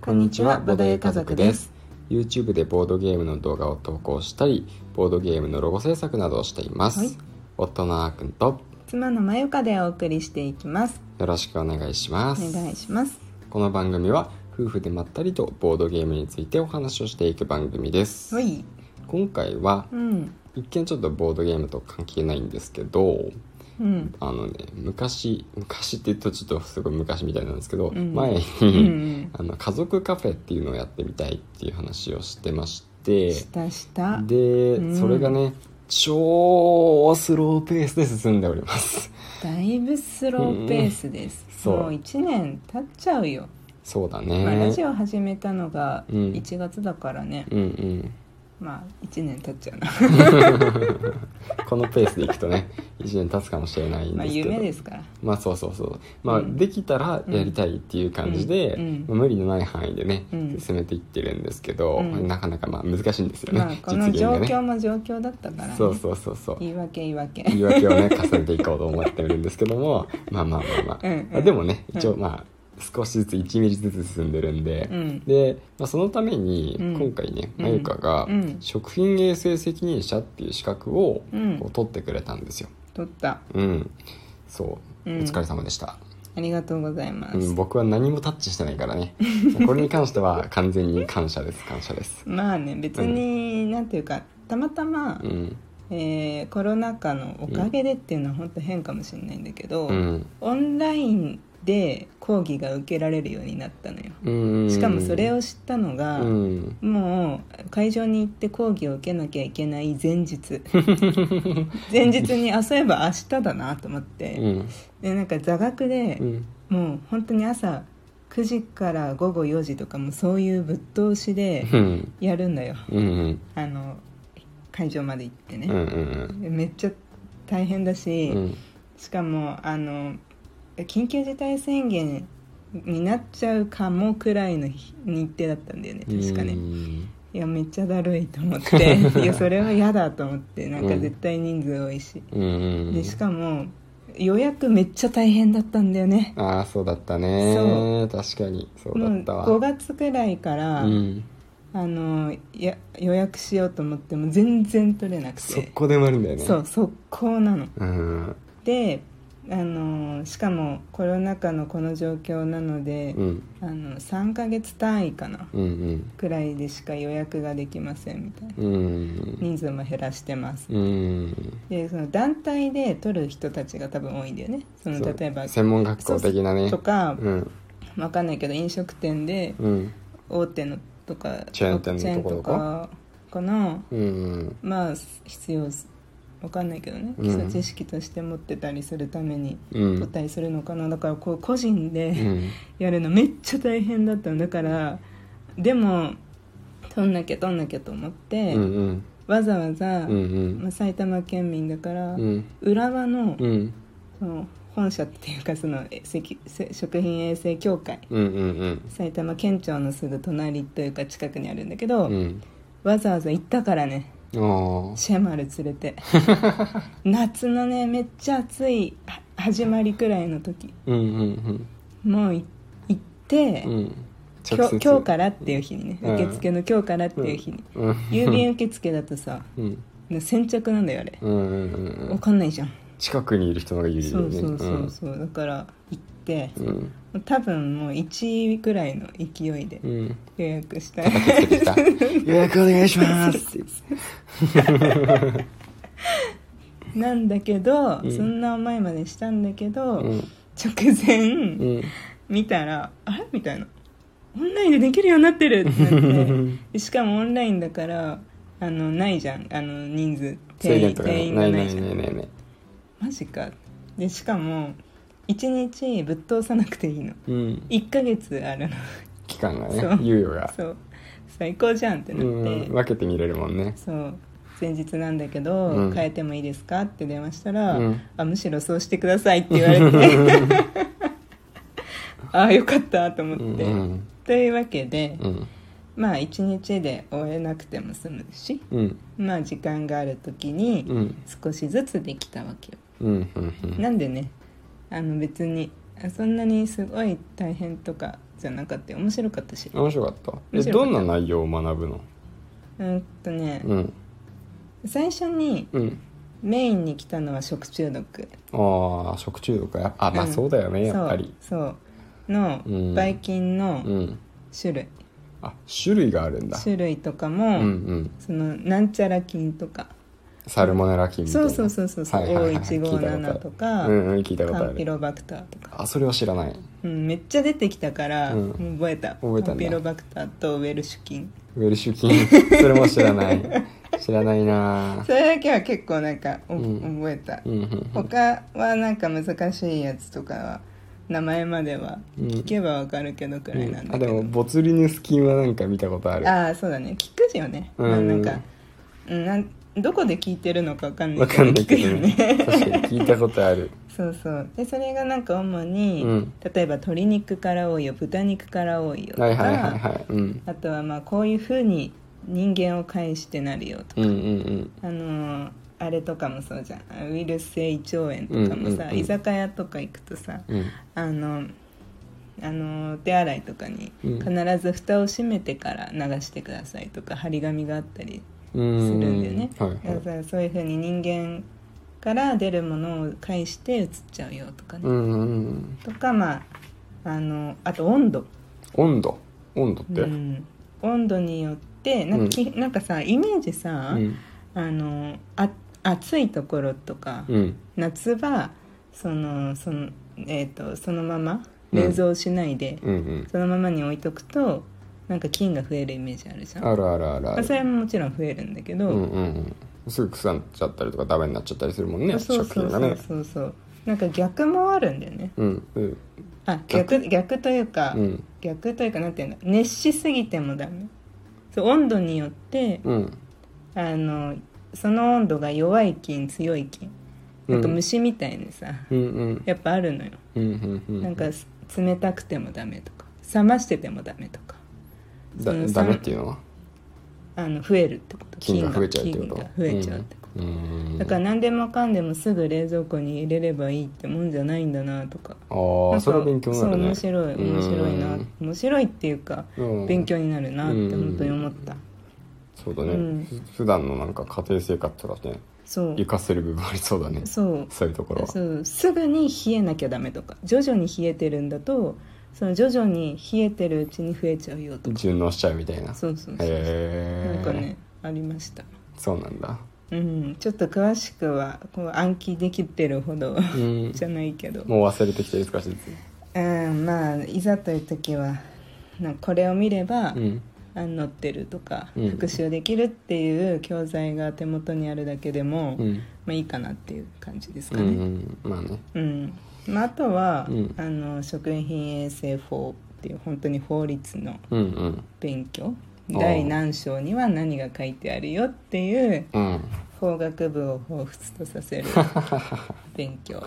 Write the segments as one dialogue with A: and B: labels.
A: こんにちはボドゲ家族です
B: YouTube でボードゲームの動画を投稿したりボードゲームのロゴ制作などをしています、
A: はい
B: 夫のあーくんと
A: 妻のまゆかでお送りしていきます
B: よろしくお願いしま
A: お
B: す
A: 願いします
B: この番組は夫婦でまったりとボードゲームについてお話をしていく番組です、
A: ほい
B: 今回は
A: うん
B: 一見ちょっとボードゲームと関係ないんですけど
A: うん
B: あのね昔昔って言うとちょっとすごい昔みたいなんですけど、
A: うん
B: 前に、
A: うんうん
B: あの家族カフェっていうのをやってみたいっていう話をしてまして
A: したした
B: で、
A: うん
B: それがね超スローペースで進んでおります
A: だいぶスローペースです、
B: うんそう
A: もう1年経っちゃうよ、
B: そうだ
A: まあ、ラ
B: ね
A: ジオ始めたのが
B: うん
A: 1月だからね、
B: うんうん
A: まあ1年経っちゃうな
B: このペースでいくとね 1年経つかもしれないん
A: まあ
B: ですけど
A: 夢ですから
B: まあそうそうそうまあ、
A: うん
B: できたらやりたいっていう感じで、
A: うんうん
B: まあ無理のない範囲でね、
A: うん
B: 進めていってるんですけど、
A: うん
B: なかなかまあ難しいんですよね、
A: まあこの
B: 実現
A: 状
B: がね
A: 況も状況だったから、ね、
B: そうそうそうそう
A: 言い訳言い訳
B: 言い訳をね重ねていこうと思ってるんですけども まあまあまあまあ、
A: うんうん
B: まあでもね
A: うん
B: 一応まあ少しずつ1ミリずつ進んでるんで、
A: うん
B: で、まあ、そのために
A: うん
B: 今回ね、
A: うん
B: まゆかが
A: うん
B: 食品衛生責任者っていう資格を
A: うん
B: こう取ってくれたんですよ。
A: 取った
B: うん、そう、
A: うん
B: お疲れ様でした。
A: ありがとうございます、
B: うん、僕は何もタッチしてないか らねこれに関しては完全に感謝です感謝です
A: まあね別に、なんていうかたまたま、
B: うん
A: えーコロナ禍のおかげでっていうのは本当変かもしれないんだけど、
B: うん
A: オンラインで講義が受けられるようになったのよ
B: うん
A: しかもそれを知ったのが、
B: うん
A: もう会場に行って講義を受けなきゃいけない前 日前日にあそういえば明日だなと思っ
B: う
A: て、
B: ん
A: でなんか座学で、
B: うん
A: もう本当に朝9時から午後4時とかもそういうぶっ通しで
B: うん
A: やるんだよ
B: うんうん
A: あの会場まで行って
B: うん
A: ね、でめっちゃ大変だし、
B: うん
A: しかもあの緊急事態宣言になっちゃうかもくらいの日日程だったんだよね確かね、
B: うん
A: いやめっちゃだるいと思って いやそれは嫌だと思ってなんか絶対人数多いし、
B: うん
A: でしかも予約めっちゃ大変だったんだよね
B: ああそうだったね確かにそう
A: も
B: だ
A: う
B: ったわ
A: 5月くらいから、
B: うん、
A: あのや予約しようと思っても全然取れなく
B: そ
A: て
B: こで埋まるんだよね
A: そう速攻なの
B: うん
A: であのしかもコロナ禍のこの状況なので
B: う、ん
A: あの3ヶ月単位かな
B: うん
A: くらいでしか予約ができませんみたいな
B: うんうん
A: 人数も減らしてます
B: うん
A: でその団体で取る人たちが多分多いんだよねその
B: そう
A: 例えば
B: 専門学校的なね
A: とか
B: うん
A: わかんないけど飲食店で
B: うん
A: 大手のとか
B: チェーン店の
A: チェーン
B: とことか
A: かかな
B: うん
A: まあ必要わかんないけどね
B: うん
A: 基礎知識として持ってたりするために
B: うん
A: 取ったりするのかな、だからこう個人
B: う
A: で
B: ん
A: やるのめっちゃ大変だったのだからでも取んなきゃ取んなきゃと思って、
B: うんうん
A: わざわざ、
B: うんうん
A: まあ、埼玉県民だから、
B: うん
A: 浦和の,、
B: うん
A: その本社っていうかそのえせきせ食品衛生協会
B: うんうん
A: 埼玉県庁のすぐ隣というか近くにあるんだけど、
B: うん
A: わざわざ行ったからね
B: うんあ
A: シェマル連れ て夏のねめっちゃ暑いは始まりくらいの時
B: あうんうん
A: もうい行って、
B: うんうん
A: 今日今日かららっていう日にね
B: うん
A: 受付の今日からっていう日に、
B: うん
A: 郵便受付だとさ
B: うん
A: 先着なんだよあれ、
B: うんうんうんう
A: わ
B: ん
A: かんないじゃん、
B: 近くにいる人の方が有利だ
A: そ
B: よ
A: う
B: ね
A: そうそうそう、だから行って
B: うんうん
A: 多分もう1位くらいの勢いで
B: うん
A: 予約した
B: 叩きつけてき た予約お願いしますって
A: なんだけど、
B: うん
A: そんな前までしたんだけど、
B: うん
A: 直前、
B: うん
A: 見たらあれみたいなオンラインでできるようになってるってなって でしかもオンラインだからあのないじゃんあの人数定
B: 制
A: 員
B: 限とか
A: 定
B: ね
A: 員
B: な
A: が
B: い
A: ない
B: ないない
A: じゃん
B: ないないない
A: マジかでしかも1日ぶっ通さなくていいの
B: うん
A: 1ヶ月あるの
B: 期間がね
A: そう
B: 猶予が
A: そう最高じゃんってな
B: う
A: って、
B: ん分けてみれるもんね
A: そう前日なんだけど、
B: うん
A: 変えてもいいですかって電話したら、
B: うん
A: あむしろそうしてくださいって言われて ああよかったと思
B: う
A: っ
B: ん
A: て、
B: うん
A: というわけで、
B: うん
A: まあ1日で終えなくても済むし
B: うん
A: まあ時間がある時に
B: うん
A: 少しずつできたわけよ、
B: うんうんうん
A: なんでねあの別にあそんなにすごい大変とかじゃなかったよ面白かったし
B: 面白かったえ
A: 面白か
B: ど
A: った
B: んな内容を学ぶの
A: うんとね、
B: うん
A: 最初に
B: うん
A: メインに来たのは食中毒
B: ああ食中毒かあまあ
A: うん
B: そうだよね、
A: そ
B: やっぱ
A: う
B: り
A: そうの
B: うん
A: ばい菌の
B: うん
A: 種類、
B: あ種類があるんだ
A: 種類とか
B: うん
A: も、
B: うん
A: そのなんちゃら菌とか
B: サルモネラ菌みたい
A: そ
B: な
A: うそうそうそう、
B: はいはいはい、聞いた
A: O157
B: ことあ
A: か、
B: るうんうん聞いたことあ
A: カンピ
B: る
A: ロバクターとか、
B: あそれは知らない
A: うん、めっちゃ出てきたから、
B: うん
A: もう覚えた
B: 覚えた
A: カ
B: んだ
A: ンピロバクターとウェルシュ菌
B: ウェルシュ菌それも知らない知らないな
A: それだけは結構なんか、お
B: うん
A: 覚えた、
B: うんうん
A: 他はなんか難しいやつとかは名前までは
B: うん
A: 聞けばわかるけどくらいなんだ
B: あ
A: け
B: で
A: ど、
B: もボツリヌス菌はなんか見たことある
A: ああそうだね聞くよね、
B: うん
A: まあなんかうんなんどこで聞いてるのかわかんな
B: わ
A: い
B: かんないけ
A: 聞
B: ど
A: くよね
B: ね確かに聞いたことある
A: そうそうでそれがなんか主に、
B: うん
A: 例えば鶏肉から多いよ豚肉から多いよとか、
B: はいはいはいはいうん
A: あとはまあこういうふうに人間を介してなるよとか、
B: うんうん
A: あのーあれとかもそうじゃんウイルス性胃腸炎とかもさ、
B: うんうんうん
A: 居酒屋とか行くとさ
B: うんうん
A: あのあの手洗いとかに
B: うん
A: 必ず蓋を閉めてから流してくださいとか張り紙があったり
B: う
A: する
B: ん
A: んだよね、
B: はいはい
A: だからそういうふうに人間から出るものを介して移っちゃうよとかね、
B: うんうんうん
A: とかまああのあと温度、
B: 温度温度って
A: うん、温度によってなんか,き、なんかさイメージさ、
B: うん
A: あのあ暑いところとか、
B: うん
A: 夏場そのその,、えー、とそのまま
B: うん
A: 冷蔵しないで、
B: うんうん
A: そのままに置いとくとなんか菌が増えるイメージあるじゃん
B: あるあるあるあ
A: まあ、それ
B: る
A: ももちろん増えるんだけど、
B: うんうんうんすぐ腐っちゃったりとかダメになっちゃったりするもんね
A: そう
B: 食
A: そうそ
B: 品が
A: う
B: ね
A: そうそうなんか逆もあるんだよね
B: うんうん
A: あ逆逆というか、
B: うん
A: 逆というかなんていうんだ熱しすぎてもダメそう温度によって
B: うん
A: あのその温度が弱い菌強い菌なんか虫みたいにさ、
B: うんうん
A: やっぱあるのよ
B: うんうんうん
A: なんかす冷たくてもダメとか冷ましててもダメとか
B: だ
A: その
B: ダメっていうのは
A: あの増えるってこと
B: 菌が増えちゃうってこと
A: 菌が増えちゃうってこと、
B: とうん
A: だから何でもかんでもすぐ冷蔵庫に入れればいいってもんじゃないんだなとか
B: あ
A: なん
B: あ
A: か
B: それは勉強になるね
A: そう面白い面白いな面白いっていうか
B: うん
A: 勉強になるなって本当に思った
B: そうだね、
A: うん
B: ふ普段のなんか家庭生活とかね
A: そう
B: 活かせる部分ありそうだね
A: そう
B: そういうところは
A: そうすぐに冷えなきゃダメとか徐々に冷えてるんだとその徐々に冷えてるうちに増えちゃうよとか
B: 順応しちゃうみたいな
A: そうそうそう
B: へえ
A: なんかねありました
B: そうなんだ
A: うんちょっと詳しくはこう暗記できてるほど
B: うん
A: じゃないけど
B: もう忘れてきてる少しずつ
A: うんまあいざという時はなんかこれを見れば、
B: うん
A: あ載ってるとか
B: うん
A: 復習できるっていう教材が手元にあるだけでも、
B: うんうん
A: まあ、いいかなっていう感じです
B: う
A: かね。
B: んまあね
A: うんまあ、あとは、
B: うん
A: あの食品衛生法っていう本当に法律の
B: うんうん
A: 勉強
B: あー
A: 第何章には何が書いてあるよっていう
B: うん
A: 法学部を彷彿とさ せる勉強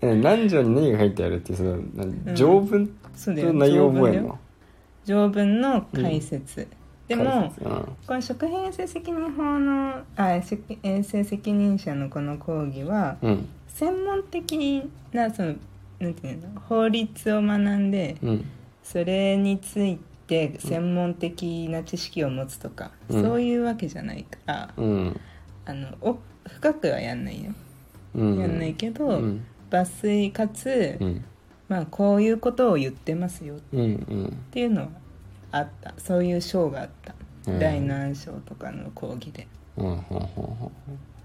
B: え何条に何が入ってあるっていうその
A: う
B: 何
A: ん
B: 条文
A: そうだよ
B: の内容を覚え
A: だ
B: る
A: よ
B: の
A: 条文の解説、で
B: 解
A: も
B: 説うん
A: この食品衛生責任法のあ食衛生責任者のこの講義は
B: うん
A: 専門的なそのなんていうの法律を学んで
B: うん
A: それについて専門的な知識を持つとか、
B: うん
A: そういうわけじゃないから、
B: うん
A: あのお深くはやんないよ、
B: うん
A: やんないけど、
B: うん
A: 抜粋かつ、
B: うん
A: まあ、こういうことを言ってますよっ
B: うんうん
A: ていうのはあったそういう章があった、
B: うん
A: 第何章とかの講義で。
B: うんうんうんうん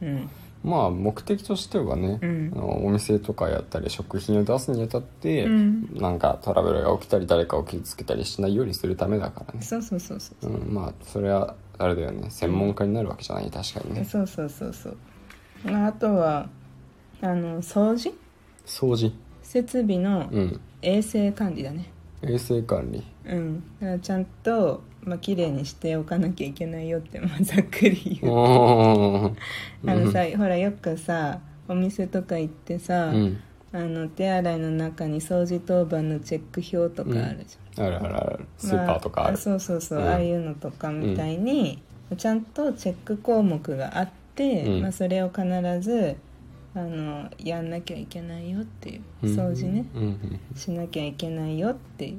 A: うん
B: まあ目的としてはね、
A: うん
B: あのお店とかやったり食品を出すにあたって、
A: うん
B: なんかトラブルが起きたり誰かを傷つけたりしないようにするためだからね、
A: そうそうそうそうそ
B: う
A: う、
B: ん、まあそれはあれだよね専門家になるわけじゃない確かにね
A: そうそうそうそうまああとはあの掃除
B: 掃除
A: 設備の
B: うん
A: 衛生管理だね
B: 衛生管理
A: うんだからちゃんとまあ綺麗にしておかなきゃいけないよって、まあ、 ざっくり言う
B: おー
A: あのさほらよくさお店とか行ってさ、
B: うん
A: あの手洗いの中に掃除当番のチェック表とかあるじゃん、
B: あるあるあるスーパーとかあ
A: ま
B: る、
A: そうそうそう、
B: うん
A: ああいうのとかみたいに、ちゃんとチェック項目があって、
B: うん
A: まあ、それを必ずあのやんなきゃいけないよっていう
B: うん
A: 掃除ね、
B: うんうん
A: しなきゃいけないよっていう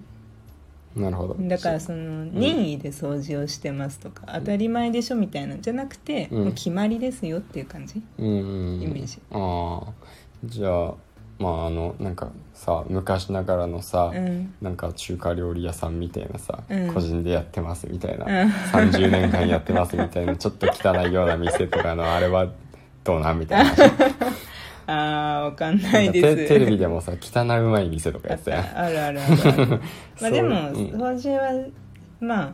B: うんなるほど
A: だからその任意で掃除をしてますとか、当たり前でしょみたいなんじゃなくて、
B: う
A: も
B: ん
A: う決まりですよっていう感じ
B: うんうんうん
A: イメージ
B: ああじゃあまああのなんかさ昔ながらのさ、
A: うん
B: なんか中華料理屋さんみたいなさ、
A: うん
B: 個人でやってますみたいな、
A: うん
B: 30年間やってますみ たいなちょっと汚いような店とかのあれはどうなんみたいな
A: あーわかん ないで
B: なん
A: す
B: かテテレビでもさ汚いうまい店とか
A: あ
B: やっ
A: って
B: たやん
A: た あるあるあるあ るま
B: そう
A: あでも
B: うん
A: 掃除はまあ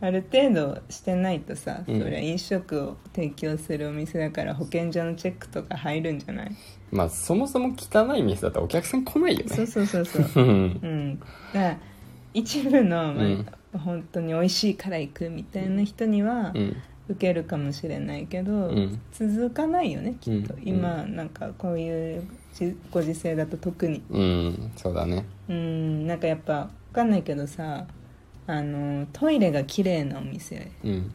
A: ある程度してないとさ、
B: うん
A: それは飲食を提供するお店だから保健所のチェックとか入るんじゃない、
B: まあそもそも汚い店だったらお客さん来ないよ
A: そう
B: ね
A: そうそう そう
B: うん
A: うん、だから一部の、まあ
B: うん
A: 本当に美味しいから行くみたいな人には
B: うん
A: 受けるかもしれないけど、
B: うん
A: 続かないよねきっと、
B: うん
A: 今なんかこういうじご時世だと特に
B: うんそうだね
A: うんなんかやっぱわかんないけどさあのトイレが綺麗なお店
B: うん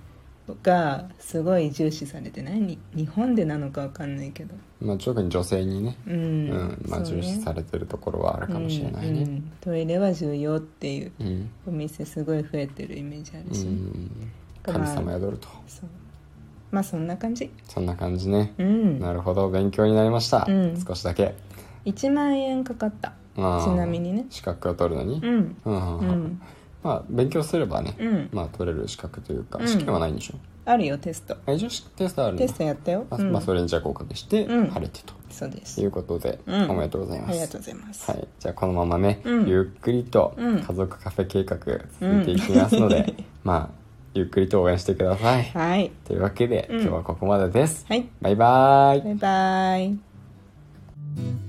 A: がすごい重視されてないに日本でなのかわかんないけど
B: まあ特に女性にね
A: う、
B: うんんまあ
A: そうね
B: 重視されてるところはあるかもしれない
A: うんう
B: ね
A: んトイレは重要っていう
B: うん
A: お店すごい増えてるイメージある
B: う
A: し、
B: ん神様宿ると
A: そうまあそんな感じ
B: そんな感じね
A: うん
B: なるほど勉強になりました
A: うん
B: 少しだけ
A: 1万円かかった
B: まあ
A: ちなみにね
B: 資格を取るのに
A: うん
B: うんう
A: うん
B: うん
A: ん
B: まあ勉強すればね
A: うん
B: まあ取れる資格というか
A: うん
B: 試験はないんでしょ
A: あるよテスト
B: あ一応テストあるんだ
A: テストやったよ、
B: あ
A: うん
B: まあそれにじゃあ合格して
A: うん
B: 晴れてと
A: そうです
B: いうことで、
A: うん
B: おめでとうござい
A: あ
B: ます
A: りがとうございます、
B: はい、じゃあこのままね、
A: うん
B: ゆっくりと
A: うん
B: 家族カフェ計画続いていきますので、まあゆっくりと応援してください、
A: はい、
B: というわけで、
A: うん
B: 今日はここまでです
A: はい、
B: バイバーイ
A: バイバイ